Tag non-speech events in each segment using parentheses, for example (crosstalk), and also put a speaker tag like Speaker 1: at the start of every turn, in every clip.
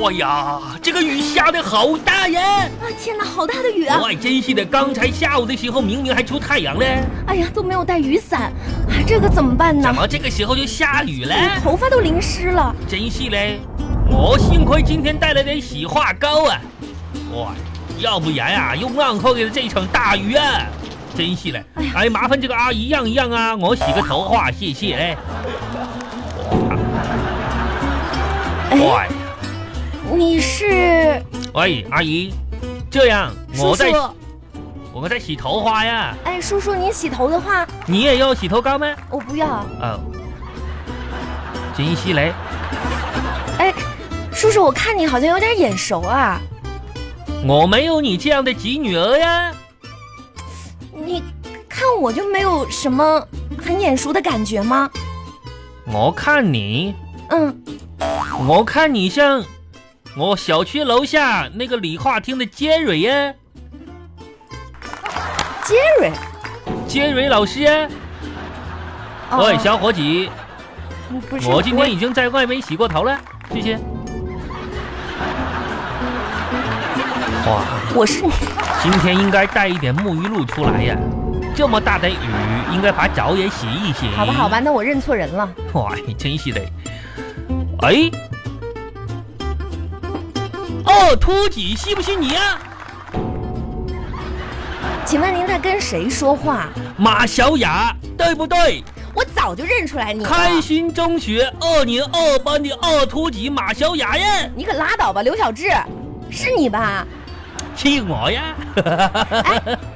Speaker 1: 哇哎呀，这个雨下的好大呀！
Speaker 2: 啊，天哪，好大的雨啊！
Speaker 1: 我真是的，刚才下午的时候明明还出太阳嘞，
Speaker 2: 哎呀，都没有带雨伞，哎，这可怎么办呢
Speaker 1: 怎？么这个时候就下雨了？
Speaker 2: 哎头发都淋湿了。
Speaker 1: 真是嘞，我幸亏今天带了点洗发膏啊，哇，要不然啊又浪费了这场大雨啊！真是嘞
Speaker 2: 哎呀，
Speaker 1: 哎，麻烦这个阿姨让一让啊，我洗个头发，谢谢嘞。
Speaker 2: 哎，
Speaker 1: 哇
Speaker 2: 你是
Speaker 1: 喂，阿姨，这样
Speaker 2: 叔
Speaker 1: 我在
Speaker 2: 叔？
Speaker 1: 我在洗头发呀，
Speaker 2: 哎，叔叔，你洗头的话，
Speaker 1: 你也要洗头膏吗？
Speaker 2: 我不要。
Speaker 1: 哦，真是嘞，
Speaker 2: 哎，叔叔，我看你好像有点眼熟啊，
Speaker 1: 我没有你这样的侄女儿呀。
Speaker 2: 你看我就没有什么很眼熟的感觉吗？
Speaker 1: 我看你，
Speaker 2: 嗯，
Speaker 1: 我看你像我小区楼下那个理发厅的杰瑞呀，
Speaker 2: 杰瑞。
Speaker 1: 杰瑞老师呀。喂，小伙计，
Speaker 2: 嗯哦不是
Speaker 1: 我今天已经在外面洗过头了，谢谢。哇，
Speaker 2: 我是
Speaker 1: 今天应该带一点沐浴露出来呀。这么大的雨，应该把澡也洗一洗。
Speaker 2: 好吧好吧，那我认错人了。
Speaker 1: 哇，真是的！哎，哦，秃几是不是你啊呀、
Speaker 2: 请问您在跟谁说话？
Speaker 1: 马小雅，对不对？
Speaker 2: 我早就认出来你了。
Speaker 1: 开心中学二年二班的二秃几马小雅呀，
Speaker 2: 你可拉倒吧，刘小志，是
Speaker 1: (laughs)
Speaker 2: 你吧？哎
Speaker 1: 是我
Speaker 2: (laughs)
Speaker 1: 呀！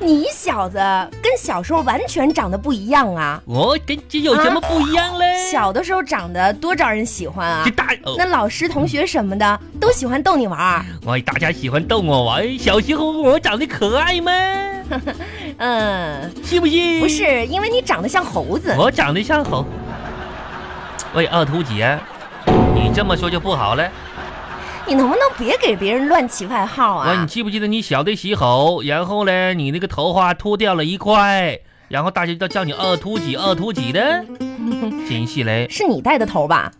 Speaker 2: 你小子跟小时候完全长得不一样啊！
Speaker 1: 我跟这有什么不一样嘞？
Speaker 2: 小的时候长得多招人喜欢啊
Speaker 1: 这，大哦
Speaker 2: 那，老师、同学什么的都喜欢逗你玩儿。
Speaker 1: 我大家喜欢逗我玩。小时候我长得可爱
Speaker 2: (laughs)
Speaker 1: 吗？
Speaker 2: 嗯，
Speaker 1: 是不是？
Speaker 2: 不，是，因为你长得像猴子。
Speaker 1: 我长得像猴。喂，二秃几啊，你这么说就不好了。
Speaker 2: 你能不能别给别人乱起外号
Speaker 1: 喂，你
Speaker 2: 啊？
Speaker 1: 记不记得你小的时候，然后呢，你那个头发秃掉了一块，然后大家都叫你二秃几二秃几
Speaker 2: (laughs)
Speaker 1: 的，真是嘞！
Speaker 2: 是你带的头吧？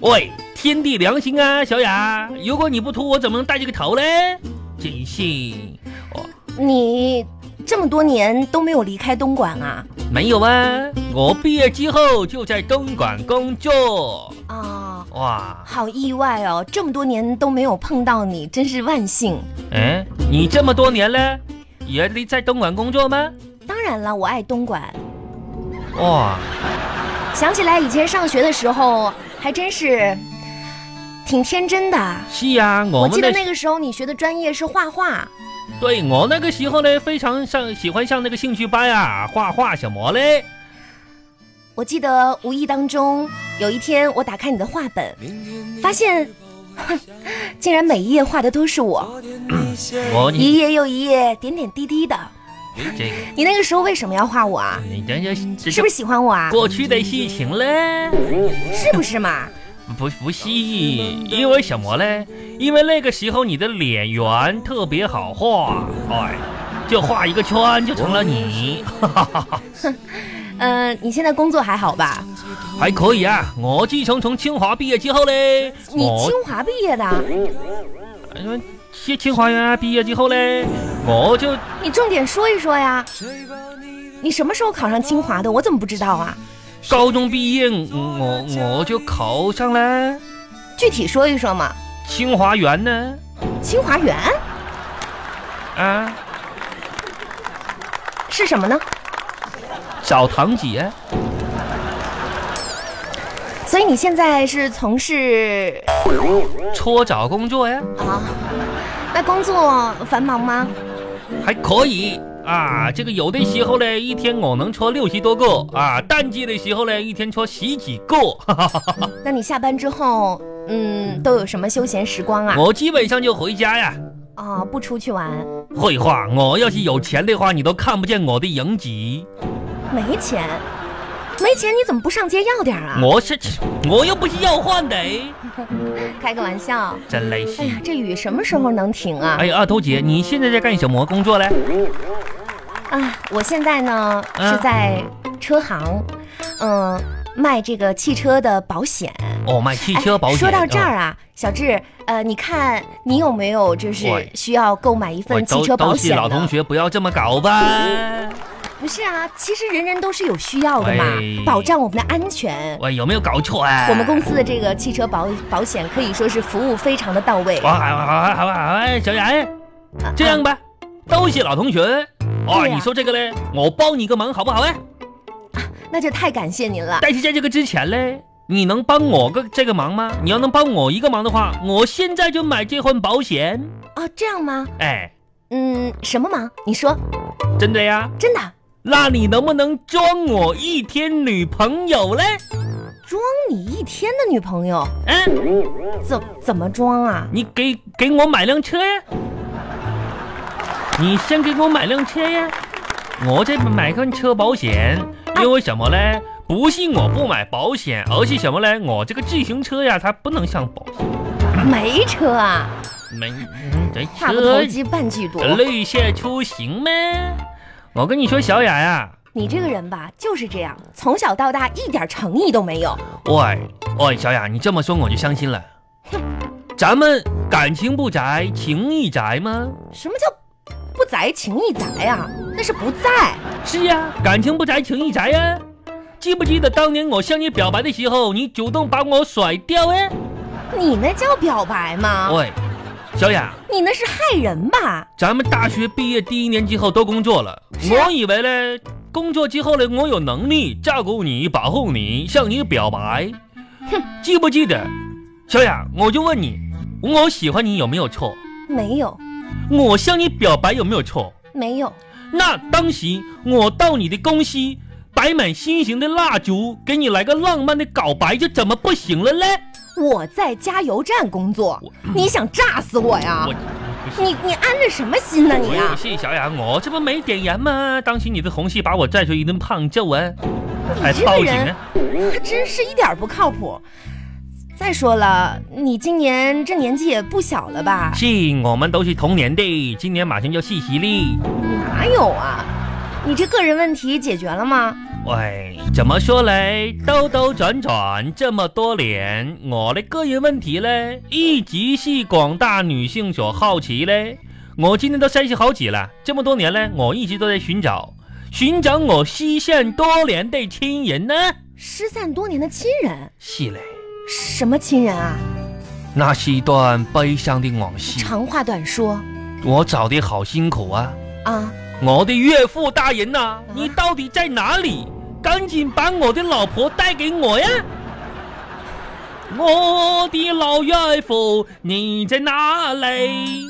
Speaker 1: 喂，天地良心啊，小雅，如果你不秃，我怎么能带这个头嘞？真是，哦，
Speaker 2: 你这么多年都没有离开东莞啊？
Speaker 1: 没有啊，我毕业之后就在东莞工作，
Speaker 2: 啊、
Speaker 1: 哇，
Speaker 2: 好意外哦！这么多年都没有碰到你，真是万幸。
Speaker 1: 哎，你这么多年了，也在东莞工作吗？
Speaker 2: 当然了，我爱东莞。
Speaker 1: 哇，
Speaker 2: 想起来以前上学的时候，还真是挺天真的。
Speaker 1: 是呀、我
Speaker 2: 我
Speaker 1: 们
Speaker 2: 记得
Speaker 1: 的
Speaker 2: 那个时候你学的专业是画画，
Speaker 1: 对我那个时候呢，非常上喜欢上那个兴趣班啊，画画什么嘞？
Speaker 2: 我记得无意当中有一天我打开你的画本，发现， (laughs) 哼，竟然每一页画的都是我，
Speaker 1: 我你
Speaker 2: 一页又一页，点点滴滴的。
Speaker 1: 这个
Speaker 2: 你那个时候为什么要画我啊？
Speaker 1: 你这这这
Speaker 2: 是不是喜欢我啊？
Speaker 1: 过去的事情嘞？
Speaker 2: 是不是 (laughs) 嘛？
Speaker 1: 不不是，因为什么嘞？因为那个时候你的脸圆特别好画，哎，就画一个圈就成了你，
Speaker 2: 嗯，你现在工作还好吧？
Speaker 1: 还可以啊。我自从从清华毕业之后嘞，
Speaker 2: 你
Speaker 1: 我
Speaker 2: 清华毕业的，啊
Speaker 1: 呃清清华呀毕业之后嘞，我就
Speaker 2: 你重点说一说呀。你什么时候考上清华的？我怎么不知道啊？
Speaker 1: 高中毕业，我我就考上了。
Speaker 2: 具体说一说嘛。
Speaker 1: 清华园呢？
Speaker 2: 清华园
Speaker 1: 啊，
Speaker 2: 是什么呢？
Speaker 1: 澡堂姐，
Speaker 2: 所以你现在是从事
Speaker 1: 搓澡工作呀，
Speaker 2: 啊？那工作繁忙吗？
Speaker 1: 还可以啊。这个有的时候呢，一天我能搓六十多个啊；淡季的时候呢，一天搓十几个。 (laughs) 哈哈哈哈
Speaker 2: 那你下班之后，嗯，都有什么休闲时光啊？
Speaker 1: 我基本上就回家呀。
Speaker 2: 啊，不出去玩，
Speaker 1: 废话，我要是有钱的话，你都看不见我的影子。
Speaker 2: 没钱，没钱你怎么不上街要点儿啊？
Speaker 1: 我是，我又不是要饭的，
Speaker 2: 开个玩笑。
Speaker 1: 真累是
Speaker 2: 哎。呀，这雨什么时候能停啊？
Speaker 1: 哎，二头姐，你现在在干什么工作嘞？
Speaker 2: 啊，我现在呢
Speaker 1: 嗯
Speaker 2: 是在车行，嗯、卖这个汽车的保险。
Speaker 1: 哦，卖汽车保险。嗯
Speaker 2: 哎说到这儿啊，小智，呃，你看你有没有就是
Speaker 1: 喂
Speaker 2: 需要购买一
Speaker 1: 我
Speaker 2: 份汽车保险
Speaker 1: 老同
Speaker 2: 呢？
Speaker 1: 学不要这么搞吧。
Speaker 2: 不是啊，其实人人都是有需要的嘛
Speaker 1: 喂，
Speaker 2: 保障我们的安全。
Speaker 1: 喂，有没有搞错啊？
Speaker 2: 我们公司的这个汽车保保险可以说是服务非常的到位。
Speaker 1: 哇，好好好好好，哎小冉，
Speaker 2: 啊
Speaker 1: 这样吧，都是老同学。哦，
Speaker 2: 对呀
Speaker 1: 你说这个嘞，我帮你个忙好不好啊？
Speaker 2: 那就太感谢您了。
Speaker 1: 但是在这个之前嘞，你能帮我个这个忙吗？你要能帮我一个忙的话，我现在就买这份保险。
Speaker 2: 哦，这样吗？
Speaker 1: 哎，
Speaker 2: 嗯，什么忙？你说，
Speaker 1: 真的呀？
Speaker 2: 真的
Speaker 1: 那你能不能装我一天女朋友嘞？
Speaker 2: 装你一天的女朋友，
Speaker 1: 嗯，
Speaker 2: 怎怎么装啊？
Speaker 1: 你给给我买辆车呀！你先给我买辆车呀！我这买份车保险，因为什么嘞？不是我不买保险，而是什么嘞？我这个自行车呀，它不能上保险，
Speaker 2: 没车啊，
Speaker 1: 没嗯这
Speaker 2: 话不投
Speaker 1: 车
Speaker 2: 机半句多。
Speaker 1: 绿色出行吗？我跟你说，小雅呀、
Speaker 2: 你这个人吧，就是这样，从小到大一点诚意都没有。
Speaker 1: 喂喂，小雅，你这么说我就相信了。咱们感情不宅，情亦宅吗？
Speaker 2: 什么叫不宅情义宅啊？那是不在。
Speaker 1: 是呀、感情不宅，情亦宅呀、记不记得当年我向你表白的时候，你主动把我甩掉哎？
Speaker 2: 你那叫表白吗？
Speaker 1: 喂，小雅，
Speaker 2: 你那是害人吧？
Speaker 1: 咱们大学毕业第一年之后都工作了，
Speaker 2: 是啊
Speaker 1: 我以为嘞，工作之后嘞，我有能力照顾你、保护你，向你表白。哼，记不记得？小雅，我就问你，我喜欢你有没有错？
Speaker 2: 没有，
Speaker 1: 我向你表白有没有错？
Speaker 2: 没有，
Speaker 1: 那当时我到你的公司摆满心形的蜡烛，给你来个浪漫的告白，这怎么不行了嘞？
Speaker 2: 我在加油站工作，你想炸死我呀
Speaker 1: 我？哎
Speaker 2: 你你安着什么心呢啊你
Speaker 1: 我
Speaker 2: 啊
Speaker 1: 也？哎是小雅，我这不没点燃吗？当时你的红系把我拽出一顿胖揍啊！还
Speaker 2: 你这
Speaker 1: 报
Speaker 2: 个
Speaker 1: 警啊
Speaker 2: 人
Speaker 1: 呢？
Speaker 2: 他真是一点儿不靠谱。再说了，你今年这年纪也不小了吧？
Speaker 1: 是，我们都是同年的，今年马上就四十了。
Speaker 2: 哪有啊？你这个人问题解决了吗？
Speaker 1: 喂，怎么说嘞？兜兜转转这么多年，我的个人问题嘞，一直是广大女性所好奇嘞。我今年都三十好几了，这么多年嘞，我一直都在寻找，寻找我失散多年的亲人呢。
Speaker 2: 失散多年的亲人，
Speaker 1: 是嘞，
Speaker 2: 什么亲人啊？
Speaker 1: 那是一段悲伤的往事，
Speaker 2: 长话短说
Speaker 1: 我找的好辛苦啊。
Speaker 2: 啊！
Speaker 1: 我的岳父大人呐、你到底在哪里？赶紧把我的老婆带给我呀！我的老岳父，你在哪里？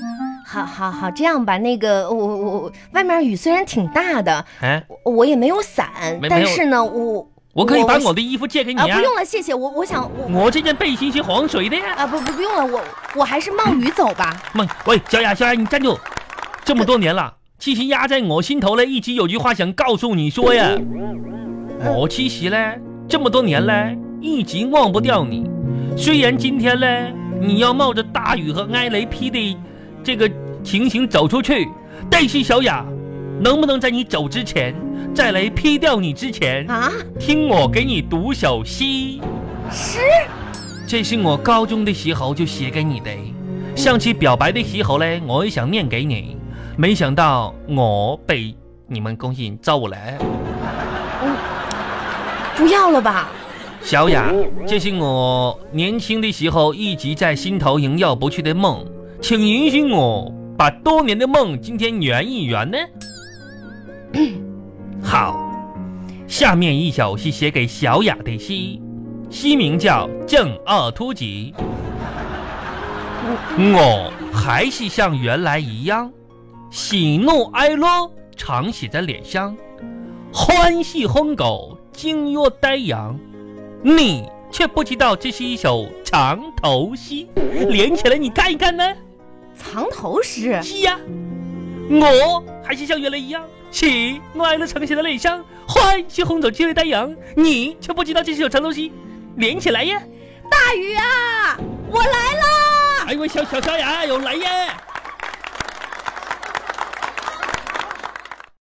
Speaker 2: 好好好，这样吧，那个我我我外面雨虽然挺大的，
Speaker 1: 哎，
Speaker 2: 我我也没有伞，
Speaker 1: 没没有
Speaker 2: 但是呢，我
Speaker 1: 我可以把
Speaker 2: 我
Speaker 1: 我的衣服借给你
Speaker 2: 啊
Speaker 1: 啊！
Speaker 2: 不用了，谢谢我我想我
Speaker 1: 我这件背心是防水的呀。
Speaker 2: 啊不不不用了，我我还是冒雨走吧。
Speaker 1: 妈，喂，小雅，小雅，你站住！这么多年了，其实压在我心头嘞，一直有句话想告诉你说呀，我其实嘞，这么多年嘞，一直忘不掉你。虽然今天嘞，你要冒着大雨和挨雷劈的这个情形走出去，但是小雅，能不能在你走之前，在雷劈掉你之前，
Speaker 2: 啊，
Speaker 1: 听我给你读首诗？
Speaker 2: 诗
Speaker 1: 这是我高中的时候就写给你的。上次表白的时候嘞，我也想念给你，没想到我被你们公司揍了。
Speaker 2: 不要了吧？
Speaker 1: 小雅，这是我年轻的时候一直在心头萦绕不去的梦，请允许我把多年的梦今天圆一圆呢。好，下面一首是写给小雅的诗，诗名叫《正二突集》。我还是像原来一样，喜怒哀乐常写在脸上，欢喜轰狗，惊若呆羊。你却不知道这是一首长头诗，连起来你看一看呢。
Speaker 2: 藏头诗。
Speaker 1: 是呀、我还是像原来一样，喜怒哀乐常写在脸上，欢喜轰走今日呆羊。你却不知道这是首长头诗，连起来呀。
Speaker 2: 大雨啊，我来啦！
Speaker 1: 哎呦，小小小雅有来呀！